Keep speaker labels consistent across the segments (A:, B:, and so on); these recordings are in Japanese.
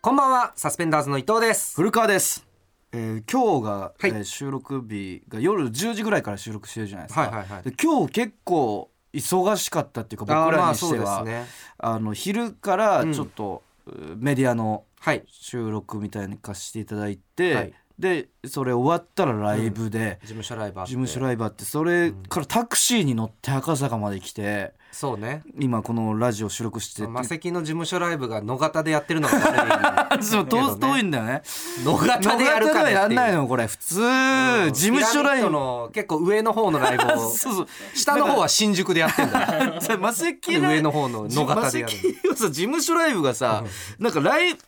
A: こんばんはサスペンダーズの伊藤です
B: 古川です、えー今日が、
A: はい
B: えー収録日が夜10時ぐらいから収録してるじゃないですか、
A: はいはいはい
B: で今日結構忙しかったっていうか僕らにしてはあ、
A: ね
B: の昼からちょっと、メディアの
A: はい
B: 収録みたいに貸していただいて、
A: はい
B: でそれ終わったらライブで、
A: 事務所ライバー
B: 事務所ライバーってそれからタクシーに乗って赤坂まで来て
A: そうね
B: 今このラジオ収録してて
A: マセキの事務所ライブが野方でやってるのが悪い
B: そう遠遠いんだよね
A: 野方でやるか
B: 野方
A: ね
B: ではや
A: って
B: ん
A: う
B: ないのこれ普通事務所ライ
A: ピラミッド
B: ブ
A: の結構上の方の ライブを
B: そうそう
A: 下の方は新宿でやってんだ よ
B: さマセキ
A: 上の方の野方
B: マ
A: で
B: セ
A: やる
B: キをさ事務所ライブがさ、なんかライブ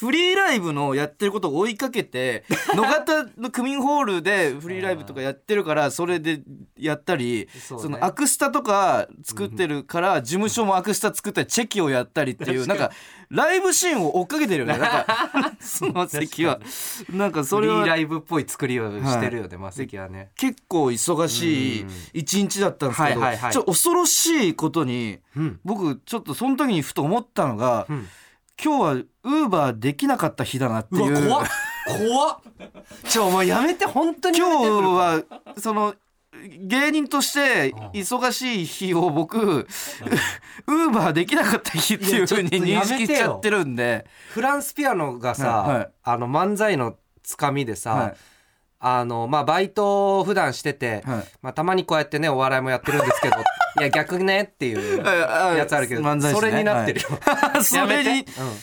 B: フリーライブのやってることを追いか けて野方の区民ホールでフリーライブとかやってるからそれでやったり
A: そうね
B: そのアクスタとか作ってるから事務所もアクスタ作ったりチェキをやったりっていうなんかライブシーンを追っかけてるよ ねなんかそのマセキはなんかそ
A: フリ
B: れ
A: ー
B: は
A: ライブっぽい作りをしてるよねマセキはね
B: 結構忙しい一日だったんですけど、
A: はいはいはい
B: ちょっと恐ろしいことに、
A: うん
B: 僕ちょっとその時にふと思ったのが、
A: ん
B: 今日はウーバーできなかった日だなっていう
A: っ怖っちょお前やめて本当にやめて
B: 今日はその芸人として忙しい日を僕、ウーバーできなかった日っていうふうに
A: い
B: 認
A: やちょっとや
B: 識
A: め
B: して
A: よ
B: ちゃってるんで、
A: フランスピアノがさ、
B: はいはい
A: あの漫才のつかみでさ、
B: はい
A: あのまあバイトを普段してて、
B: はい
A: まあ、たまにこうやってねお笑いもやってるんですけ どいや逆ねっていうや
B: や
A: つあるけど、それになってるよ、
B: それに
A: やめてうん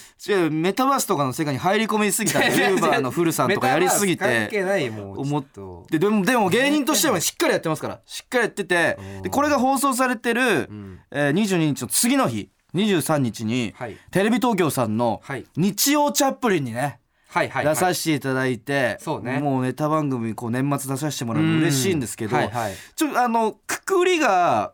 B: 違うメタバースとかの世界に入り込みすぎ たユ
A: いやいや
B: ーバーのフルさんとかやりすぎ
A: メタバース関係
B: て
A: ないもう
B: 思っ
A: ちょっと
B: ででもでも芸人としてはしっかりやってますからしっかりやってて
A: うん
B: でこれが放送されてる
A: ん、
B: えー、22日の次の日23日に
A: はい
B: テレビ東京さんの
A: はい
B: 「日曜チャップリン」にね
A: はいはいはい
B: 出させていただいて
A: そうね
B: もうネタ番組こう年末出させてもらうの嬉しいんですけど
A: うんはいはい
B: ちょあのくく りが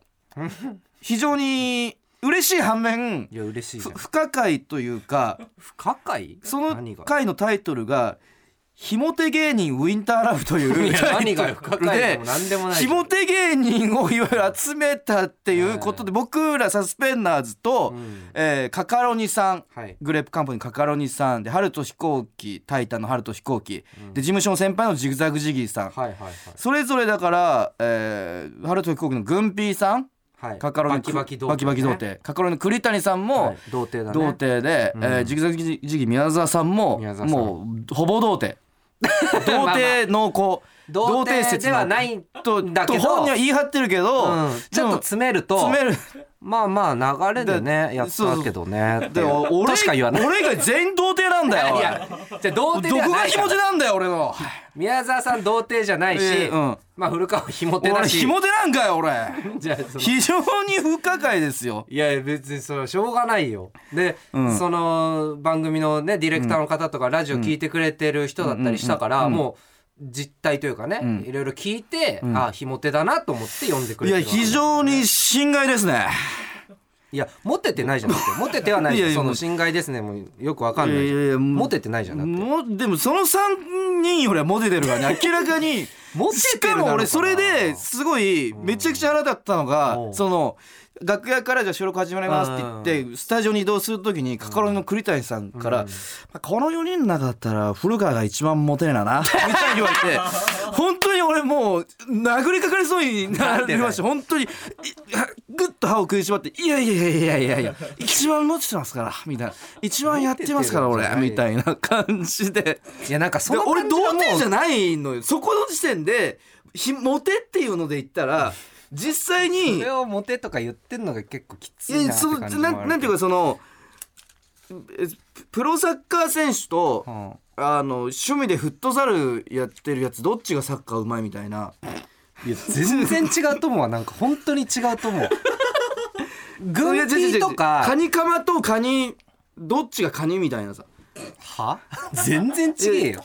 B: 非常に嬉しい反面
A: いや嬉しいじ
B: ふ
A: ゃん
B: 不可解というか。
A: 不可解
B: そ
A: 何が
B: の回のタイトルが「ひも手芸人ウィンターラブ」とい
A: いうや
B: タ
A: 何
B: イト
A: が不可
B: ル
A: 解で
B: で
A: も何でもない
B: ひも手芸人をいわゆる集めたっていうことで僕らサスペンダーズと
A: うん
B: えーカカロニさん
A: はい
B: グレープカンパニーカカロニさんで「春と飛行機」「タイタン」の「春と飛行機」で事務所の先輩のジグザグジギーさ
A: は
B: ん
A: いはいはい
B: それぞれだからえー「春と飛行機」のグンピーさん
A: はい
B: カカロニ
A: バキバキ童貞
B: バキバキ童貞カカロニの栗谷さんも
A: はい童貞だね
B: 童貞で、
A: うん
B: えージグザグジギー宮沢さんも
A: 宮沢さん
B: もうほぼ童 貞童貞濃厚
A: 童貞ではないい
B: と
A: だけど
B: と本人は言い張ってるけど、
A: うんち
B: で
A: ょっ
B: も
A: と詰めると
B: 詰める
A: まあまあ流れでねやったけどね
B: でも俺
A: としか言わない
B: 俺以外全員童貞なんだよ
A: いやじゃあ童
B: おい
A: 貞
B: ど
A: では
B: こが
A: ない
B: 気
A: から
B: 持ちなんだよ俺の
A: 宮沢さん童貞じゃないし、
B: えーうん
A: まあ古川ひも手だ
B: 俺
A: し
B: ひも手なんかよ俺
A: じゃあその
B: 非常に不可解ですよ
A: いやいや別にそれはしょうがないよで、
B: うん
A: その番組のねディレクターの方とかラジオ聞いてくれてる人だったりしたから、もう実態というかね、
B: ん
A: いろいろ聞いて、
B: ん
A: あひも手だなと思って読んでく
B: い
A: れてる
B: や
A: わけ
B: 非常に心外ですね
A: いやモテてないじゃなくてモテてはないじゃん
B: いやいや
A: そ
B: も
A: の
B: う
A: 侵害ですねもうよくわかんないい
B: や
A: じ
B: い
A: ゃん
B: やいや
A: モテてないじゃんだって
B: もうでもその3人よりはモテてる からね明らかに
A: モテ
B: し
A: る
B: てか
A: だろう
B: も
A: な
B: 俺それですごいめちゃくちゃ腹立ったのが、
A: うん
B: その楽屋からじゃあ収録始まりますって言って、スタジオに移動する時にカカロニの栗谷さんから、まあこの4人の中だったら古川が一番モテる ななみたいに言われて本当に俺もう殴りかかりそうになりました本当にいグッと歯を食いしばって「いやいやいやいやいやいや一番モテてますから」みたいな「一番やってますから
A: モテて
B: 俺
A: る」んじゃない
B: みたいな感じで。
A: いやなんかそ
B: で
A: の
B: 俺
A: 感じが
B: 童
A: もう
B: 貞じゃないのよそこの時点でひモテっていうので言ったら実際に
A: それをモテとか言ってんのが結構きついな
B: え
A: って
B: その
A: 感じもあ
B: な
A: るけど
B: なんていうかそのえプロサッカー選手と、
A: うん
B: あの趣味でフットサルやってるやつどっちがサッカーうまいみたいない
A: や全然違うと思うわなんか本当に 違うと思う軍
B: いや違う違う違
A: 艇
B: う
A: と
B: カ
A: か
B: ニカマとカニどっちがカニみたいなさ
A: は全然違えよ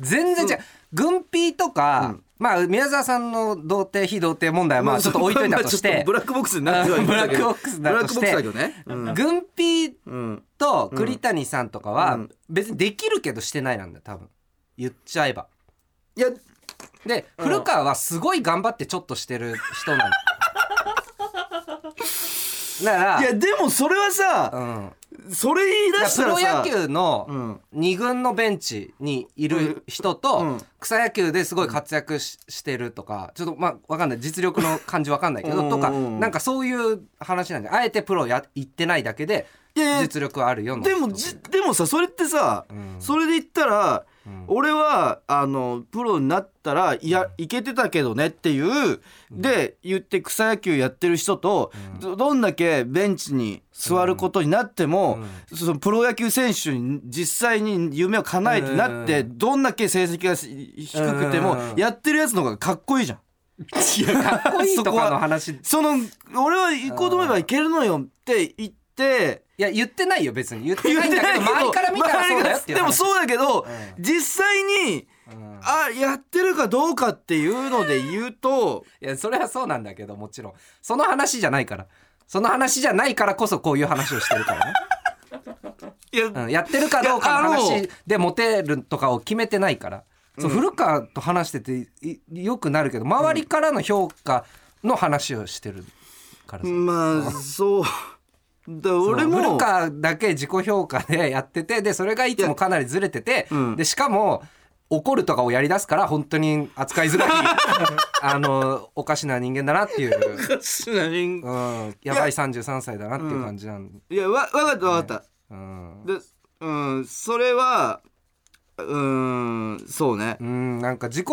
A: 全然違う軍艇とか、まあ宮沢さんの童貞非童貞問題はまあちょっと置いといたとし
B: まあちょっと
A: て
B: ブラックボックスになってはいるんだけ
A: ブラック
B: ど
A: ボックス
B: ブ
A: だ
B: ラッ
A: と
B: ク
A: して
B: ボックスだけどね、うん
A: 軍艇
B: うん、
A: と栗谷さんとか
B: う
A: は
B: ん
A: 別にできるけどしてないなんだよ多分言っちゃえば
B: いや
A: で古川はすごい頑張ってちょっとしてる人 なのだから
B: いやでもそれはさ、
A: うん
B: それ言い出し
A: プ
B: たら
A: ロ
B: さ
A: 野球の
B: うん
A: 二軍のベンチにいる人
B: う
A: と
B: ん
A: 草野球ですごい活躍ししてるとかちょっとまあわかんない実力の感じわかんないけ
B: うんう
A: どと
B: ん
A: かなんかそういう話なんであえてプロや行ってないだけで
B: いやいや
A: 実力はあるよの
B: でもじでもさそれってさ、
A: うん
B: それで言ったら、
A: うん
B: 俺はあのプロになったらいやいけてたけどねっていう、で言って草野球やってる人と、どどんだけベンチに座ることになっても、そのプロ野球選手に実際に夢を叶えてなって、
A: うん
B: どんだけ成績がし低くても、
A: うん
B: やってるやつの方がかっこいいじゃん。
A: かっこいいとかの話い
B: その俺は行こうと思えばいけるのよって言って。
A: や言ってないよ別に言って
B: 言っ
A: ないん
B: て
A: だ
B: な
A: け
B: い
A: ど
B: けど
A: 周りから見たらそうだよっていう
B: でも
A: 話
B: そうだけど、
A: う
B: 実際に
A: うん
B: あやってるかどうかっていうので言うと
A: いやそれはそうなんだけどもちろんその話じゃないからその話じゃないからこそこういう話をしてる からね、
B: いや、
A: うん、やってるかどうかの
B: いやあの
A: 話でモテるとかを決めてないから、そう古川と話してていよくなるけど周りからの評価の話をしてるからさ、
B: まあそうだ
A: その
B: 俺も
A: 古川だけ自己評価でやっててでそれがいつもかなりずれてて、
B: うん
A: でしかも怒るとかをやりだすから本当に扱いづらい あのおかしな人間だなっていう
B: おかしな人
A: うん、やばい33歳だなっていう感じなん
B: いやわ分かった分かっ
A: うん、
B: た、でうんそれはうんそうね
A: うん、なんか自己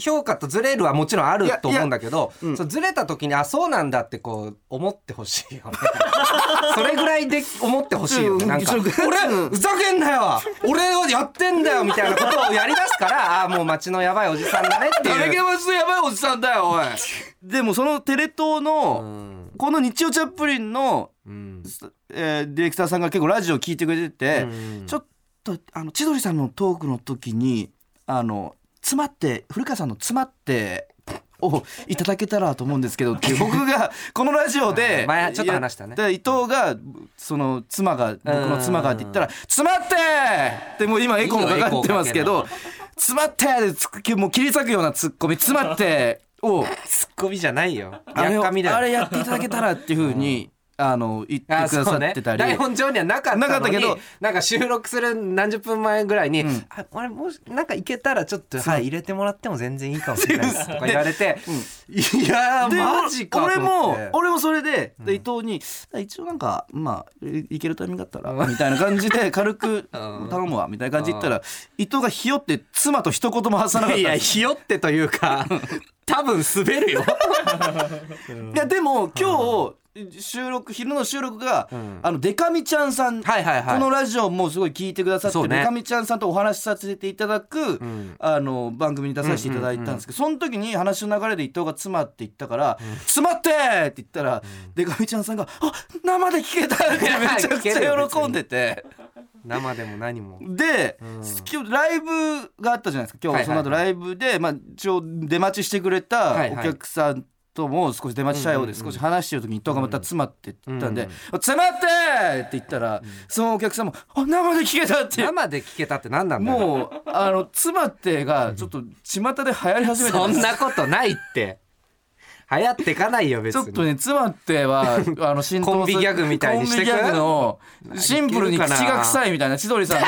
A: 評価とずれるはもちろんあると思うんだけど、
B: いやうん
A: そうずれた時にあそうなんだってこう思ってほしい よねそれぐらいで思ってほしいよね
B: うん
A: なんか
B: ちょ
A: 俺
B: っと
A: ふざけんなよ俺をやってんだよみたいなことをやりだすからあもう街のやばいおじさんだねって
B: 誰
A: い
B: が
A: う。
B: マジでやばいおじさんだよおいでもそのテレ東
A: う
B: の、
A: ん
B: この日曜チャップリンの、
A: うん
B: えーディレクターさんが結構ラジオ聞いてくれてて、
A: うん
B: ちょっとあの千鳥さんのトークの時にあの詰まって古川さんの詰まってをいただけたらと思うんですけど っていう僕がこのラジオで
A: 前ちょっと話したね
B: やっ伊藤がその妻が僕の妻がって言ったら「詰まって!」ってもう今エコーもかかってますけ
A: いい
B: ど
A: よ
B: 「詰まって!」でつくもう切り裂くようなツッコミ「詰まって!」を
A: ツッコミじゃないよ
B: あれ
A: やっ
B: を
A: かみだよ
B: あれやっていただけたらっていうふうに、あの言ってく
A: あ
B: だ
A: そう
B: さってたり、
A: ね、台本上にはなかったのに
B: なかったけど
A: なんか収録する何十分前ぐらいに「
B: ん
A: ああれもしなんかいけたらちょっと、
B: そう
A: はい、入れてもらっても全然いいかもしれないです」とか言われて「いや
B: で
A: ーマジか」
B: 俺
A: と思
B: も
A: って
B: 俺もそれでで伊藤に「一応なんかまあいいけるタイミングだったら」みたいな感じで 軽く「
A: うん
B: 頼むわ」みたいな感じで言ったら伊藤がひよって妻と一言も発さなかったん
A: いや
B: です
A: ひよってというか多分滑る よ。
B: いやでも今日収録昼の収録が
A: ん
B: あのデカミちゃんさんこ
A: はいはいはい
B: のラジオもすごい聞いてくださっ
A: そう
B: て
A: ね
B: デカミちゃんさんとお話しさせていただく
A: ん
B: あの番組に出させていただいたんですけどその時に話の流れで伊藤が「妻」って言ったから「妻って!」って言ったらデカミちゃんさんが「あ生で聞けた!」ってめちゃくち ゃ喜んでて
A: 生でも何も。
B: で今日ライブがあったじゃないですか今
A: は
B: 日
A: い
B: そ
A: はい
B: の
A: はい
B: 後ライブでまあ一応出待ちしてくれ
A: は
B: た
A: い
B: お
A: はい
B: 客さんとも少し出待ちしたようで少し話してる時に伊藤がまた詰まってって言ったん
A: う
B: で
A: ん
B: 「詰まって!」って言ったらそのお客さんも「あ生で聞けた!」って
A: 生で聞けたって何なんだよ。
B: もうあの「妻って」がちょっと巷で流行り始めて
A: そ
B: ます
A: んなことないって。 流行ってかないよ別
B: ちょ
A: に。
B: っとね「妻っ ては」あの浸透する
A: コンビギャグみたいにしてく
B: コンビギャグのシンプルに口が臭いみたいな千鳥さんの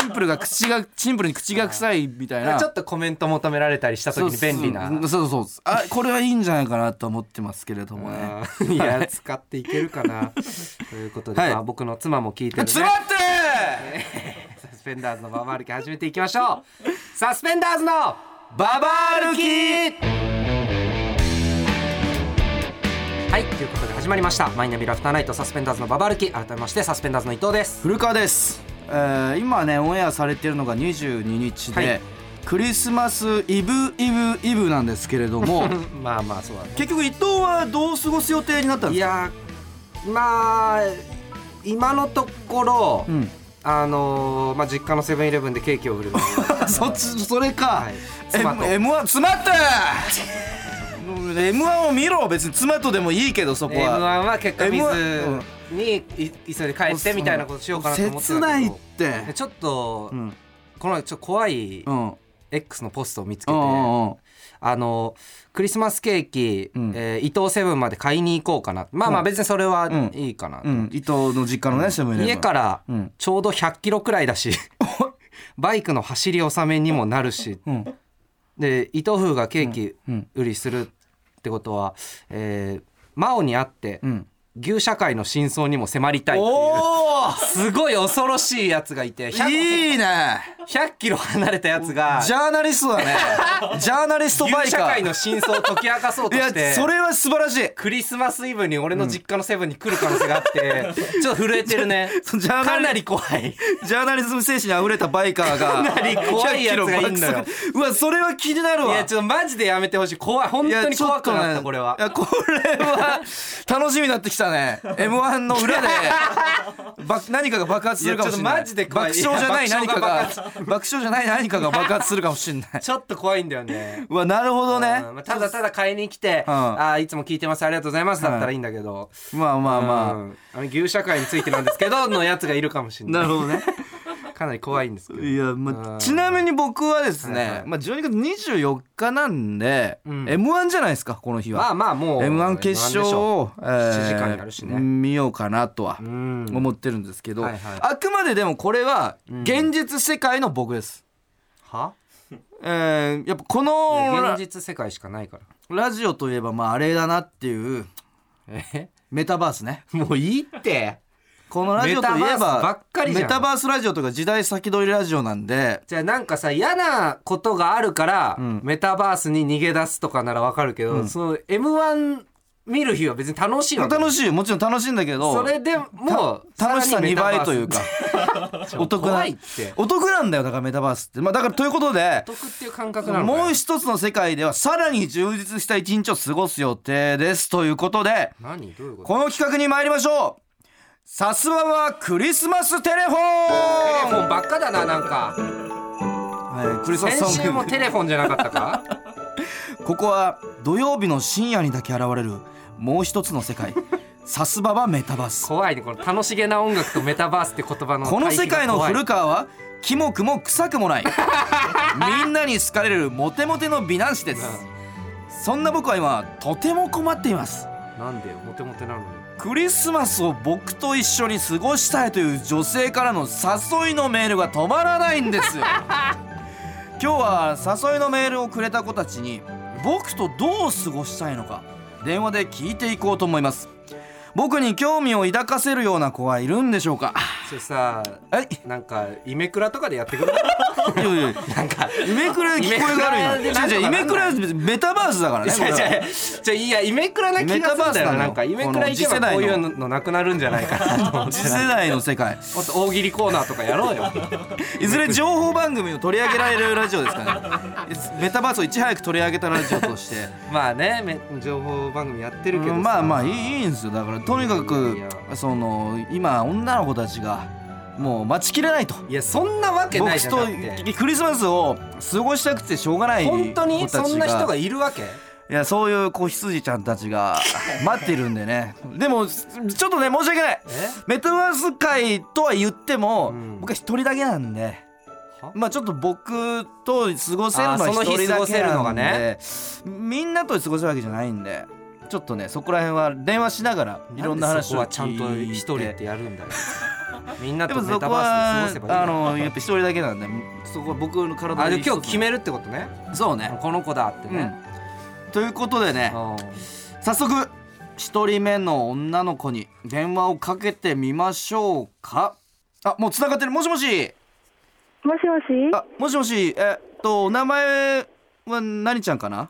B: シンプルが口がシンプルに口が臭いみたいな
A: ちょっとコメント求められたりした時に便利な。
B: そうそうそうそうあこれはいいんじゃないかなと思ってますけれどもね
A: あ ーいや使っていけるか なということで、
B: はい
A: まあ、僕の妻も聞いてる、ね、
B: 詰
A: サ
B: まって
A: スペンダーズのババ歩き始めていきましょうサスペンダーズのババ歩きはいということで始まりましたマイナビラフターナイトサスペンダーズのババ歩き改めましてサスペンダーズの伊藤です
B: 古川です、えー、今ねオンエアされてるのが22日で、
A: はい
B: クリスマスイブイブイブなんですけれ ども
A: まあまあそうだね
B: 結局伊藤はどう過ごす予定になったん
A: い
B: ですか
A: やーまあ今のところ、
B: うん、
A: あのーまあ、実家のセブンイレブンでケーキを売る
B: そっちそれか、
A: はい妻と
B: M- M1 詰 まった M1 を見ろ別に妻とでもいいけどそこ
A: M1
B: は
A: は結果見
B: M1
A: ずにい急いで帰ってみたいなことしようかなと思ってた
B: 切
A: けど
B: ないって
A: でちょっと、
B: うん
A: このちょっと怖い
B: うん
A: X のポストを見つけ
B: う
A: て、
B: んうんうん
A: あのクリスマスケーキ、
B: ん
A: えー伊藤セブンまで買いに行こうかなまあまあ別にそれはいいかな、
B: うん、伊藤の実家のね、セブンイレブン
A: 家から
B: うん
A: ちょうど100キロくらいだ しバイクの走り納めにもなるし
B: うん
A: で伊藤風がケーキ
B: うん
A: 売りするってことは、えー真央に会って
B: うん
A: 牛社会の真相にも迫りたいっていう
B: おお
A: すごい恐ろしいやつがいて 100,
B: いいね
A: 100キロ離れたやつが
B: ジャーナリストだ ねジャーナリストバイ
A: 牛社
B: カ
A: 会
B: ー
A: の真相を解き明かそうとし
B: いや
A: て
B: それは素晴らしい
A: クリスマスイブに俺の実家のセブンに来る可能性があ って、ちょっと震えてるね
B: そのジャーナリ
A: かなり怖い
B: ジャーナリズム精神にあふれたバイカーが
A: かなり怖いやつがいんのよ
B: 100キロ爆速うわそれは気になる
A: い
B: わ
A: やちょっとマジでやめてほしい怖い本当に怖くなったこれはい
B: やこれは楽しみになってきたね M1 の 裏でば何かが爆発するかもしれない
A: いやちょっとマジで怖い
B: 爆笑じゃな
A: い
B: い
A: や
B: 何
A: 爆
B: かが
A: 笑
B: 爆笑じゃない何かが爆発するかもしれない
A: ちょっと怖いんだよね
B: うわなるほ どね
A: うんまあただただ買いに来て「
B: うん
A: あーいつも聞いてますありがとうございます」だったらいいんだけど、
B: まあまあ
A: う
B: ま
A: んあの牛社会についてなんですけどのやつがいるかもし
B: あ
A: れない
B: ほどね
A: かなり怖いんですけど
B: いやま
A: う
B: あ
A: ん
B: ちなみに僕はですね、
A: はいはい
B: まあ12月24日なんで、
A: うん
B: M1 じゃないですかこの日は、
A: まあまあもう
B: M1 決
A: M1
B: 勝
A: でしょ
B: を、えー
A: 7時間やるしね
B: 見ようかなとは
A: ううん
B: 思ってるんですけど、
A: はいはい
B: あくまででもこれは
A: うん
B: 現実世界の僕です、
A: は
B: えーやっぱこ
A: い
B: の
A: や
B: ラ
A: 現実世界しかないから
B: ラジオといえばまああれだなっていう
A: え
B: メタバースね
A: もういいって
B: このラジオとい
A: メタ
B: えば
A: バースばっかりじゃん
B: メタバースラジオとか時代先取りラジオなんで
A: じゃあなんかさ嫌なことがあるから、
B: うん
A: メタバースに逃げ出すとかならわかるけど、その m 1見る日は別に楽しいわけ
B: 楽しいもちろん楽しいんだけど
A: それでもう
B: 楽しさ2倍というかお
A: お
B: 得
A: 得
B: な
A: 怖いって
B: お得なんだよだからメタバースって、まあ、だからということで
A: お得っていう感覚なのかよ
B: もう一つの世界ではさらに充実した一日を過ごす予定ですということで
A: 何どういうこと
B: この企画に参りましょうさすがはクリスマステレフォ
A: テレ
B: ン
A: フォンばっかだななんか
B: はい、クリスマス
A: 先週
B: ソン
A: も
B: グ
A: テレフォンじゃなかったか
B: ここは土曜日の深夜にだけ現れるもう一つの世界さすがはメタバース
A: 怖いねこの楽しげな音楽とメタバースって言葉の
B: この世界の
A: く
B: 古川はキモくも臭くもないみんなに好かれるモテモテの美男子ですそんな僕は今とても困っています
A: なんでよモテモテなのに
B: クリスマスを僕と一緒に過ごしたいという女性からの誘いのメールが止まらないんですよ今日は誘いのメールをくれた子たちに僕とどう過ごしたいのか電話で聞いていこうと思います僕に興味を抱かせるような子はいるんでしょうか
A: それさ
B: え
A: なんかイメクラとかでやってくれる
B: いやいや
A: なんか
B: イメクラに聞こえがある
A: イメクラ
B: 今
A: で
B: 違う違うイメクラは別にメタバースだからねこれは
A: じゃいやイメクラな気がするんだよななんかイ
B: メ
A: メ
B: タ
A: ク
B: バ
A: ラ
B: ース
A: 行け
B: なの
A: ば
B: こ
A: こ
B: の
A: う
B: 次世代の
A: いうのなくなるんじゃないかなと思って
B: 次世代の世界
A: もっと大喜利コーナーとかやろうよ
B: いずれ情報番組を取り上げられるラジオですからねメタバースをいち早く取り上げたラジオとして
A: まあねめ情報番組やってるけど
B: う
A: さ
B: んまあまあいいいいんですよだからとにかく
A: いやい
B: その今女の子たちがもう待ちきれないと
A: いやそんなわけない
B: 僕
A: じゃん
B: と
A: だって
B: クリスマスを過ごしたくてしょうがない
A: 本当
B: 子
A: に
B: たちが
A: そんな人がいるわけ
B: いやそういう子羊ちゃんたちが待ってるんでねでもちょっとね申し訳ない
A: え
B: メタバース界とは言っても、
A: うん
B: 僕は一人だけなんで
A: は。
B: まあちょっと僕と過ごせるのは
A: あー
B: 一
A: その日
B: 人
A: 過
B: だ
A: ご
B: け
A: せるの
B: な
A: が
B: ん
A: ね
B: でみんなと過ごせるわけじゃないんでちょっとねそこら辺は電話しながらいろんな話を
A: なんでそこはちゃんと
B: 聞いて
A: 一人ってやる んだよみんな
B: で
A: と
B: も
A: メ
B: そ
A: タ
B: こ
A: バー
B: は
A: スで過ごせばいい
B: あ
A: んだよ
B: のやっぱ一人だけなんでそこは僕の体
A: あ
B: で
A: で今日決
B: め
A: めるってことね
B: そうね、
A: この子だってね、
B: うんということでね、
A: あー
B: 早速一人目の女の子に電話をかけてみましょうかあもう繋がってるもしもし
C: もしもし。
B: あもしもしえっとお名前は何ちゃんかな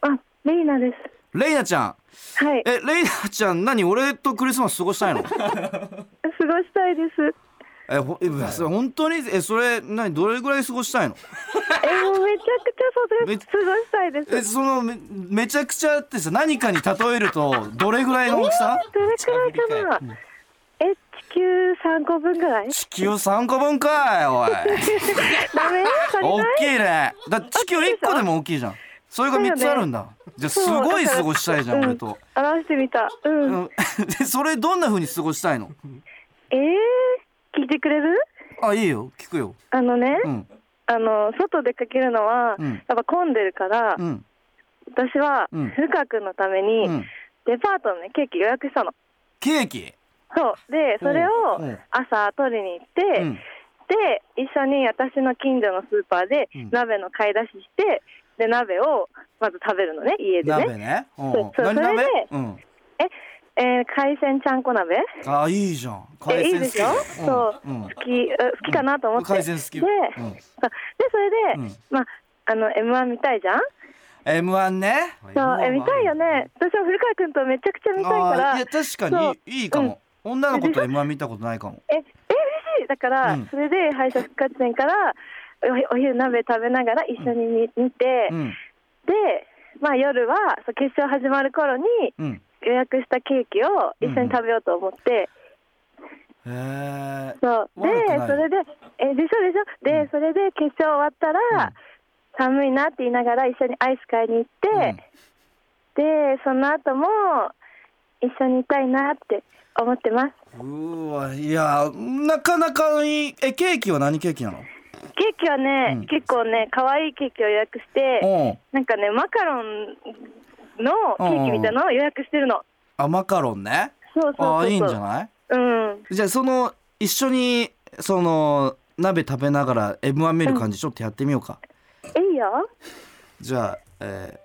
C: あ、レイナで
B: レイナちゃん
C: す。はい。
B: えレイナちゃん何俺とクリスマス過ごしたいの
C: 過ごしたいです。
B: えほえそれ本当にえそれ何どれぐらい過ごしたいの
C: え、もうめちゃくちゃそ
B: め
C: れ過ごしたいです。
B: えそのめめちゃくちゃってさ何かに例えるとどれぐらいの大きさ
C: どれくらいかな。え、地球三個分ぐ らい。
B: 地球3個分かいおい
C: ダメ？足り
B: 大
C: ない？
B: きいねだって地球1個でも大きいじゃんそれが3つあるんだじゃあすごい過ごしたいじゃん
C: そう
B: 俺と、
C: 表してみた。う。
B: うんん、でそれどんな風に過ごしたいの
C: えー、聞いてくれる？
B: あいいよ聞くよ
C: あのね、
B: うん
C: あの外出かけるのは、
B: うん
C: やっぱ混んでるから、
B: うん
C: 私は
B: うん
C: 古川君のために、
B: うん
C: デパートの、ね、ケーキ予約したの
B: ケーキ
C: そうでそれを
B: うんうん
C: 朝取りに行って、
B: うん
C: で一緒に私の近所のスーパーで
B: うん
C: 鍋の買い出ししてで鍋をまず食べるのね家で
B: 鍋
C: ね
B: ねうん
C: そうそう
B: 何鍋
C: それで
B: うん
C: えー海鮮ちゃんこ鍋
B: あいいじゃん海
C: えい
B: 鮮
C: い
B: 好
C: で
B: き
C: しょ、そう、
B: うん
C: 好きあ好きかなと思って、
B: 海鮮好き
C: で,、
B: うん
C: でそれで、
B: うん
C: まああの m 1見たいじゃん
B: M1 ね
C: そうえ見たいよね私は古川君とめちゃくちゃ見たいから
B: あーいや確かにいいかも、女の子と M1 見たことないかも
C: ええ嬉しいだから、
B: うん
C: それで敗者復活戦からおお昼鍋食べながら一緒に見,、見て、
B: うん
C: で、まあ、夜はそう決勝始まる頃に
B: うん
C: 予約したケーキを一緒に食べようと思って、
B: へえ
C: そうで
B: 悪くない
C: それでえでしょでしょで、それで決勝終わったら、寒いなって言いながら一緒にアイス買いに行って、
B: うん
C: でその後も一緒にいたいなって思ってます
B: うわいやなかなかいいえケーキは何ケーキなの
C: ケーキはね、
B: うん
C: 結構ね可愛いケーキを予約して、
B: うん
C: なんかねマカロンのケーキみたいなのを予約してるの。
B: あマカロンね
C: そうそうそうそう。
B: あーいいんじゃない
C: うん。
B: じゃあその一緒にその鍋食べながら M1 見る感じちょっとやってみようか、
C: いいよ。
B: じゃあえ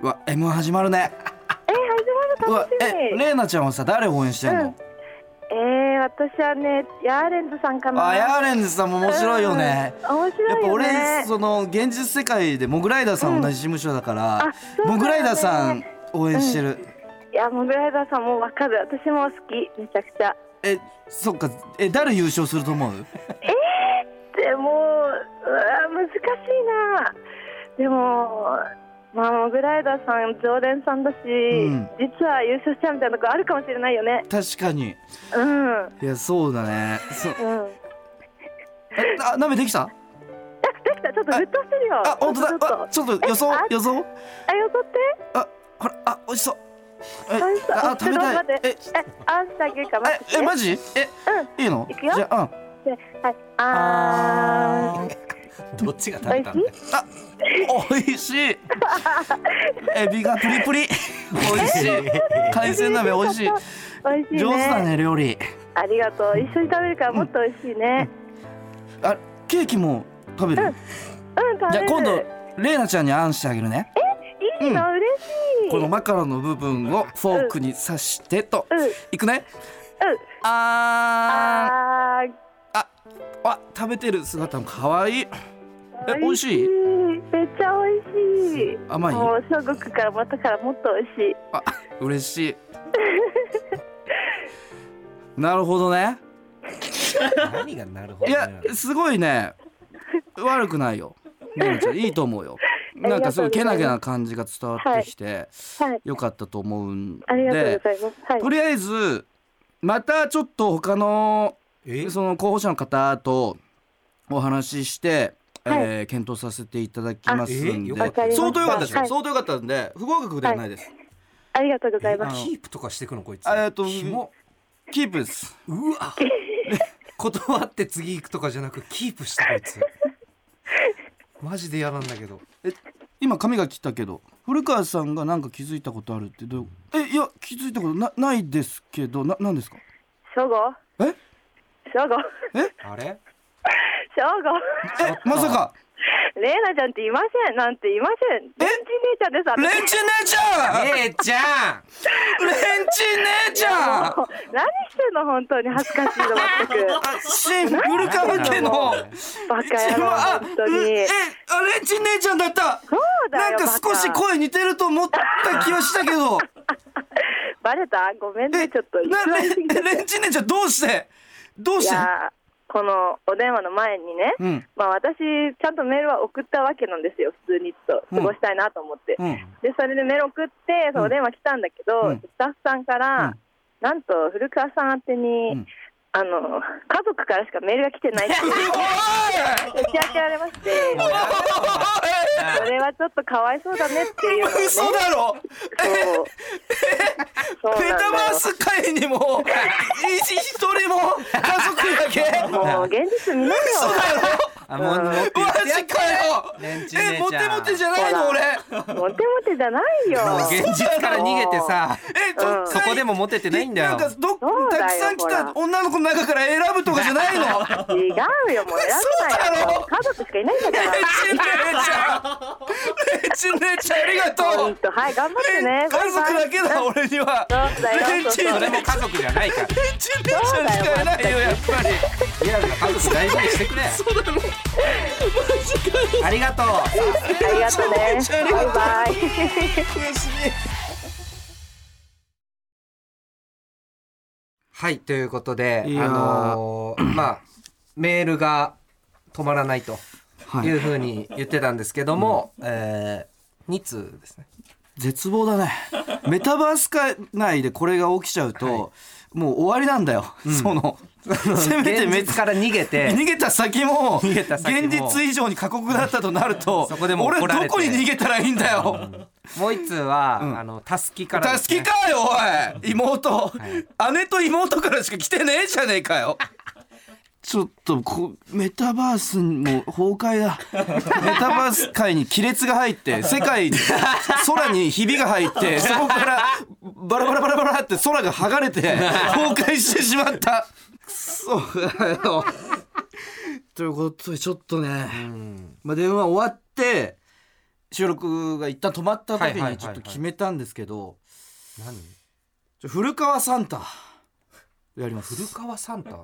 B: ー、うわ M1 始まるね
C: えー、
B: う
C: 始まる
B: わ
C: 楽し
B: え
C: み。
B: レイナちゃんはさ誰応援してんの、
C: えー、私はねヤーレンズさんかな。
B: あヤーレンズさんも面白いよね、
C: うん。面
B: やっ
C: 白い
B: ぱ
C: よね。
B: 俺その現実世界でモグライダーさんも同じ事務所だから、
C: あそうだよね
B: モグライダーさん応援してる、
C: いやモグライダーさんもわかる。私も好きめちゃくちゃ。
B: えそっかえ誰優勝すると思う
C: でもうわ難しいな。でも。まあ、モグライダーさん常連さんだし、
B: ん
C: 実は優勝しちゃうみたいなとこあるかもしれないよね
B: 確かに
C: うん
B: いやそうだねそう
C: うん
B: えあ鍋できた
C: できたちょっと沸騰してるよ
B: あ本当
C: ちょっとちょっ
B: だあちょ
C: と
B: っと予想
C: えあ
B: 予想
C: あよそって
B: あほらあ美味しそうえ
C: 美味しそう
B: あ
C: ちょ
B: 食べたい
C: っと待っ
B: え
C: てえあんたあげるか待って
B: ええマジえいいの
C: いくよ
B: じゃあうん
C: はいあーん
A: どっちが食べたん だよ
B: あ美味し いエビがプリプリ美味しい海鮮鍋美味しい
C: 美味しいね
B: 上手だね料理
C: ありがとう一緒に食べるからもっと美味しいね
B: あケーキも食べる
C: うん食
B: じゃあ
C: べる
B: 今度レイナちゃんにあんしてあげるね
C: いいの、
B: う
C: 嬉しい
B: このマカロンの部分をフォークに刺してと
C: うん
B: いくね
C: うん
B: あー
C: あー
B: ああ食べてる姿も可愛いえ美
C: 美
B: 味
C: 味
B: し
C: し
B: い
C: いめっちゃ美味しい
B: 甘い
C: もう小国からまたからもっと美味しい
B: あ嬉 しいなるほどね
A: 何がなるほ
B: い
A: どな
B: やすごいね悪くないよレイナちゃんいいと思うよなんかすごいけなげな感じが伝わってきて、
C: はい
B: よかったと思うんで
C: ありがとうございますはい
B: とりあえずまたちょっと他の
A: え
B: その候補者の方とお話しして、
C: はい
B: えー検討させていただきます
A: あえ
B: んで
A: よかった
C: わかりました
B: 相当良かったですよ、
C: はい
B: 相当良かったんで不合格ではないです、
C: ありがとうございます
A: キープとかしてくのこいつ
B: あえっと
A: キモ
B: キープです
A: う わ断って次行くとかじゃなくキープしてこいつマジで嫌なんだけど
B: 今髪が切ったけど古川さんがなんか気づいたことあるってどうえいや気づいたことなないですけどななんですか
C: 正午
B: え
C: 正午
A: あれ
C: 正午
B: えまさか
C: レイナちゃんっていませんなんていませんレンチン姉ちゃんです私
B: レンチ姉ちゃんレン
A: 姉ちゃん
B: チ姉ちゃん
C: もう何してんの本当に恥ずかしいの全く
B: 新古川家 の
C: バ カ野郎
B: あ
C: 本当
B: う
C: に
B: えあレンチ姉ちゃんだった
C: そうだ
B: なん
C: よ
B: か
C: バ
B: 少
C: カ
B: し声似てると思った気はしたけ ど
C: バレたごめん
B: え
C: ねちょっと
B: な
C: 忙し
B: レ
C: すぎて
B: ンレンチ姉ちゃんどうしてどう
C: い
B: して
C: やこのお電話の前にね、
B: うん
C: まあ私ちゃんとメールは送ったわけなんですよ普通にちょっと過ごしたいなと思って、
B: うん
C: でそれでメール送ってそうお電話来たんだけど、
B: うん
C: スタッフさんから、
B: うん
C: なんと古川さん宛てに、
B: うん
C: あの家族からしかメールが来てないって
B: お
C: いう
B: い
C: 打ち明けられま してそれはちょっとかわいそうだねっていうのをね
B: 嘘だろ
C: そうそう
B: メタバ
C: な
B: ース界にもい一人も家族だけ
C: のよもう現実見ないよ
B: 嘘だろ
A: あもう持って言ってや
B: マ
A: っ
B: ジかよ
A: レンチ姉ちゃん
B: えモテモテじゃないの俺
C: モテモテじゃないよ
A: 現実から逃げてさ
B: えどっか
A: そこでもモテてないんだ
B: な
A: よ
B: んかどった
C: そうだよ
B: くさん来た女の子の中から選ぶとかじゃないのえ
C: 違うよもう選べない
B: そうだろ
C: よ家族しかいないんだから
B: ちねちゃんえちねちゃんありがと
C: 本
B: う
C: 当はい頑張って
B: え
C: ね
B: 家族だけだ俺には
C: そうだよ
B: レンチ
C: そ
A: そ
C: うそう
A: れ
B: ね
A: も家族じゃないから
B: レンチねちゃんしかいないよやっぱり
A: リアルな家族大事にしてくれ
B: そうだろマジかよ
A: ありがとう
C: ありがとうね
B: ありがとう
C: バイバイ
B: 悔しい
A: はいということであ
B: いやー
A: のーまあメールが止まらないと
B: はい
A: いうふうに言ってたんですけども、えー、2通ですね
B: 絶望だ ねメタバース界内でこれが起きちゃうと、もう終わりなんだよ、そのせめて
A: 現
B: め
A: 実から逃げ て
B: 逃げた先も
A: げた先も
B: 現実以上に過酷だったとなると
A: そこでもう
B: 俺
A: 怒られて
B: どこに逃げたらいいんだよ
A: もう一通は、あのたすきからです
B: 助
A: ね、
B: けかよおい妹、姉と妹からしか来てねえじゃねえかよ ちょっとこメタバースも崩壊 だメタバース界に亀裂が入って世界に空にひびが入 ってそこからバラバラバラバラって空が剥がれて崩壊してしまったくそだよということでちょっとね、まあ、電話終わって収録が一旦止まった
A: はいはい
B: 時
A: はいはい
B: にちょっと決めたんですけど、
A: 何
B: ちょ古川サンタやります
A: 古川サンタ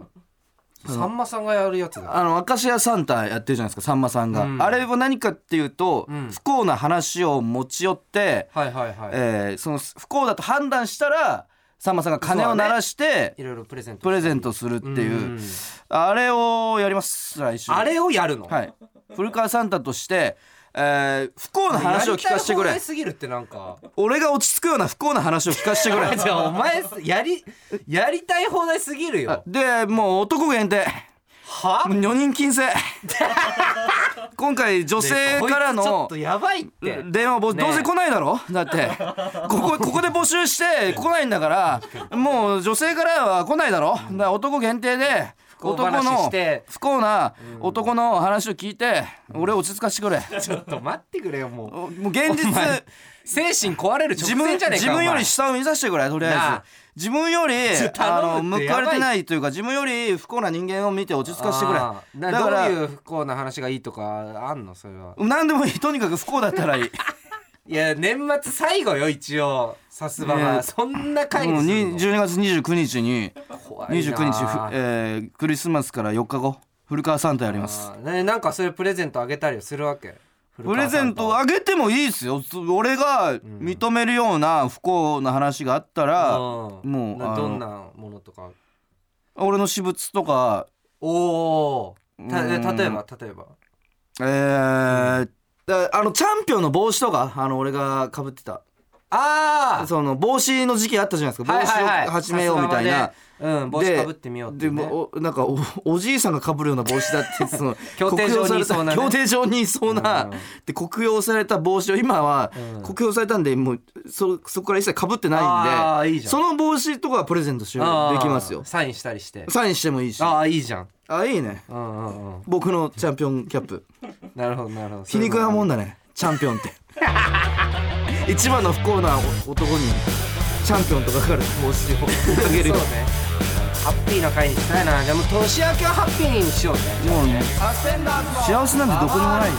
A: さんまさんがやるやつだ
B: あの明石家サンタやってるじゃないですかさんまさんが、
A: うん
B: あれは何かっていうと、
A: うん
B: 不幸な話を持ち寄って、
A: はいはいはい、
B: えーその不幸だと判断したらさんまさんが鐘を鳴らして、
A: いろいろプレゼント
B: プレゼントするっていう、
A: ん
B: あれをやります来週
A: あれをやるの、
B: はい古川サンタとして、えー不幸な話を聞かせてく
A: やりたい放題
B: れ
A: すぎるってなんか
B: 俺が落ち着くような不幸な話を聞かせてくれ
A: じゃあお前やりやりたい放題すぎるよ
B: でもう男限定
A: は
B: もう女人 禁制今回女性から
A: こいつちょっ
B: の
A: とやばいって
B: 電話を募集
A: ねえ
B: どうせ来ないだろだってここここで募集して来ないんだからもう女性からは来ないだろだから男限定で
A: 幸
B: 男
A: 話し
B: の
A: て
B: 不幸な男の話を聞いて俺を落ち着かしてくれ
A: ちょっと待ってくれよもう
B: おもう現実
A: お前精神壊れる直
B: 自分
A: 前じゃねえか
B: 自分より
A: し
B: 下を見させてくれとり
A: な
B: あ
A: あ
B: えず自分より
A: ちょ頼
B: あ
A: む
B: の
A: って
B: 向
A: やばい
B: かれてないというか自分より不幸な人間を見て落ち着かせてくれ
A: だ
B: だ
A: か
B: からら
A: どういう不幸な話がいいとかあんのそれは
B: 何でもいいとにかく不幸だったらいい
A: いや年末最後よ一応さすば
B: ね
A: が
B: え
A: そんな会
B: もう
A: にする
B: に
A: の
B: 12月29日に
A: 怖いな
B: 29日ふえークリスマスから4日後古川サンタやります
A: あーねなんかそういうプレゼントあげたりするわけ
B: プレゼントあげてもいいですよつ俺が認めるような不幸な話があったら、
A: も
B: もうあの
A: どんなものとか
B: 俺の私物とか
A: おおーた
B: うん
A: 例えば例えば
B: えーだあのチャンピオンの帽子とかあの俺がかぶってた
A: あ
B: その帽子の時期あったじゃないですか帽子を始めようみたいな、
A: さすがまでうん帽子
B: で
A: かぶってみようってい
B: で
A: うね
B: もおなんかおおじいさんがかぶるような帽子 だってその
A: 競艇場にいそうなね
B: 酷評された競艇場にいそうな、
A: うん
B: で酷評された帽子を今は、
A: うん
B: 酷評されたんでもうそそこから一切かぶって
A: あ
B: な
A: ー
B: いんで
A: いいじゃん
B: その帽子とかはプレゼントしよ
A: あー
B: うできますよ
A: サインしたりして
B: サインしてもいいしあ
A: ああいいじゃん
B: いいね
A: うんうんうん
B: 僕のチャンピオンキャップ
A: なるほどなるほど
B: 皮肉なもん
A: だ
B: だねチャンピオンって 一番の不幸な男にチャンピオンとかかかる帽子をあげるよ
A: そうねハッピーな会にしたいなでも年明けはハッピーにしようね
B: もうね
A: サスペンダーズの
B: 幸せなんてどこにもないよ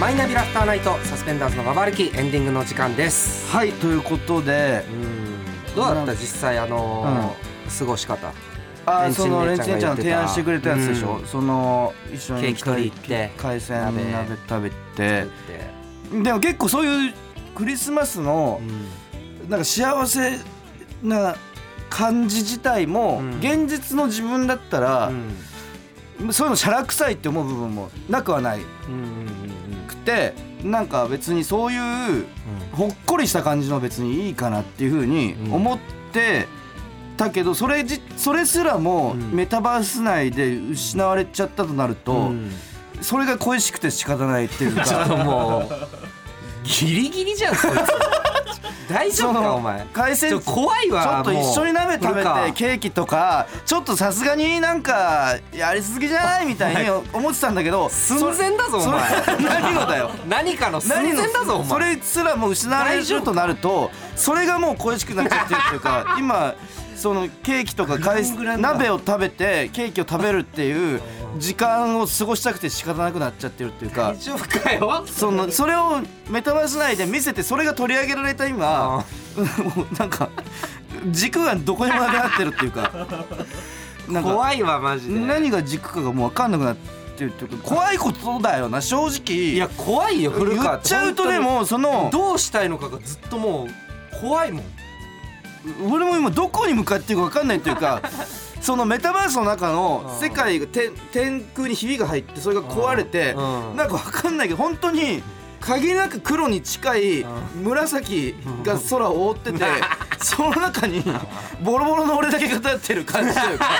A: マイナビラフターナイトサスペンダーズのババ歩きエンディングの時間です
B: はいということで
A: どうだった実際あのー過ごし方
B: あ
A: レ
B: ー
A: ンチン
B: その
A: 姉
B: レン
A: ちゃんが
B: チン姉ちゃんの提案してくれたやつでしょ、
A: うん
B: その一緒に
A: ケーキ取り行って
B: 海鮮鍋
A: 鍋
B: 食べ
A: って
B: てでも結構そういうクリスマスのなんか幸せな感じ自体も
A: うん
B: 現実の自分だったら、そういうのしゃらくさいって思う部分もなくはないくてなんか別にそういうほっこりした感じの別にいいかなっていうふうに思ってたけどそれじそれすらも
A: うん
B: メタバース内で失われちゃったとなると、
A: と
B: それが恋しくて仕方ないっていう
A: ちょっ
B: か
A: ともうギリギリじゃんこいつ大丈夫
B: そ
A: か
B: の
A: お前
B: 海鮮
A: ちょ怖いわ
B: ちょっと
A: もう
B: 一緒に鍋食べ
A: 古川
B: てケーキとかちょっとさすがになんかやり続けじゃないみたいに思ってたんだけど
A: 寸前だぞお
B: それ
A: 前
B: 何のだよ
A: 何かの寸
B: 何
A: 前
B: の
A: だぞお
B: そ
A: 前
B: れすらもう失われるとなるとそれがもう恋しくなっちゃってるってい うか今そのケーキとか海
A: グラングランだ
B: 鍋を食べてケーキを食べるっていう時間を過ごしたくて仕方なくなっちゃってるっていうか
A: 大丈夫かよ
B: そのそれをメタバース内で見せてそれが取り上げられた今もうなんか軸がどこにもなくなってるってい うかなんか
A: 怖いわマジで
B: 何が軸かがもう分かんなくなってるっていうか怖いことだよな正直
A: いや怖いよ古
B: 言
A: 川
B: っちゃうとで
A: 本
B: もそ
A: 当
B: の
A: にどうしたいのかがずっともう怖いもん
B: 俺も今どこに向かっていくか分かんないというかそのメタバースの中の世界が天天空にひびが入ってそれが壊れて
A: うん
B: なんか分かんないけど本当に限りなく黒に近い紫が空を覆ってて その中にボロボロの俺だけが立ってる感じというか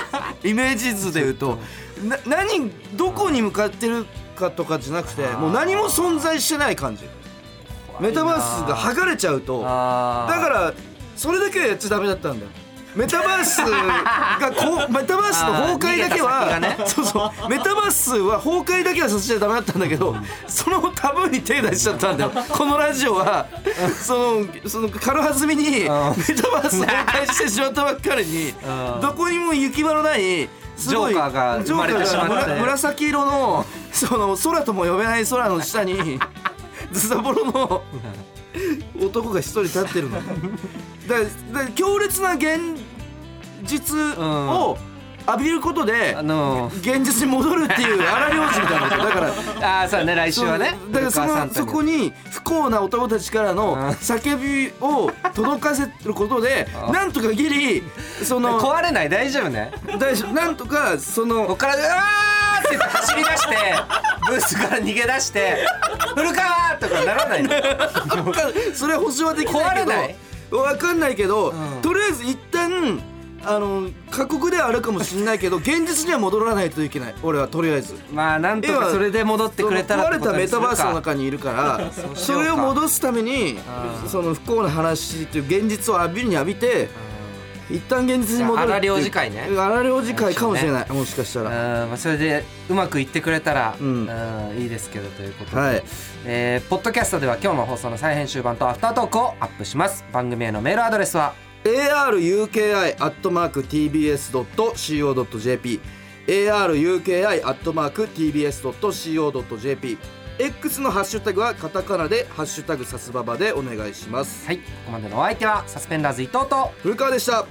B: イメージ図でいうとな何どこに向かってるかとかじゃなくてもう何も存在してない感じメタバースが剥がれちゃうと。
A: あ
B: だからそれだけはやっちゃダメだったんだよメタバースがこ うメタバースの崩壊だけはそうそうメタバースは崩壊だけはさせちゃダメだったんだけどそのタブーに手出しちゃったんだよこのラジオはそのその軽はずみにメタバース崩壊してしまったばっかりに
A: ん
B: どこにも行き場のないすごい
A: ジョーカーが生まれてしまって
B: ジョーカーがむら紫色のその空とも呼べない空の下にズタボロの。男が一人立ってる のだからだから強烈な現実を浴びることで
A: あの
B: 現実に戻るっ ていう荒療治みたいなことだから
A: ああそうね来週はね
B: そうだからそ
A: 古川さん
B: の
A: と
B: そこに不幸な男たちからの
A: ん
B: 叫びを届かせるこ とで
A: ん
B: なんとかギリその
A: 壊れない大丈夫ね
B: 大丈夫なんとかその
A: こっから「うわ!」って言って走り出してブースから逃げ出して「古川!」とかならないの
B: わかん それは保証はできないけ
A: 壊れない
B: どわかんないけど、
A: うん
B: とりあえず一旦あの過酷ではあるかもしれないけど 現実には戻らないといけない俺はとりあえず。
A: まあなんとかそれで戻ってくれたら
B: 壊れたメタバースの
A: 中
B: 中にいるから
A: そうしようか
B: それを戻すために
A: あー
B: その不幸な話っていう現実を浴びるに浴びて一旦現実に戻るっていう
A: 荒療治会ね
B: 荒療治会かもしれないもしかしたら
A: まあそれでうまくいってくれたら、う
B: うんん、
A: いいですけどということで、
B: はい
A: えーポッドキャストでは今日の放送の再編集版とアフタートークをアップします番組へのメールアドレスは
B: aruki.tbs.co.jp aruki.tbs.co.jp X のハッシュタグはカタカナで「ハッシュタグさすばば」でお願いします
A: はいここまでのお相手はサスペンダーズ伊藤と
B: 古川でした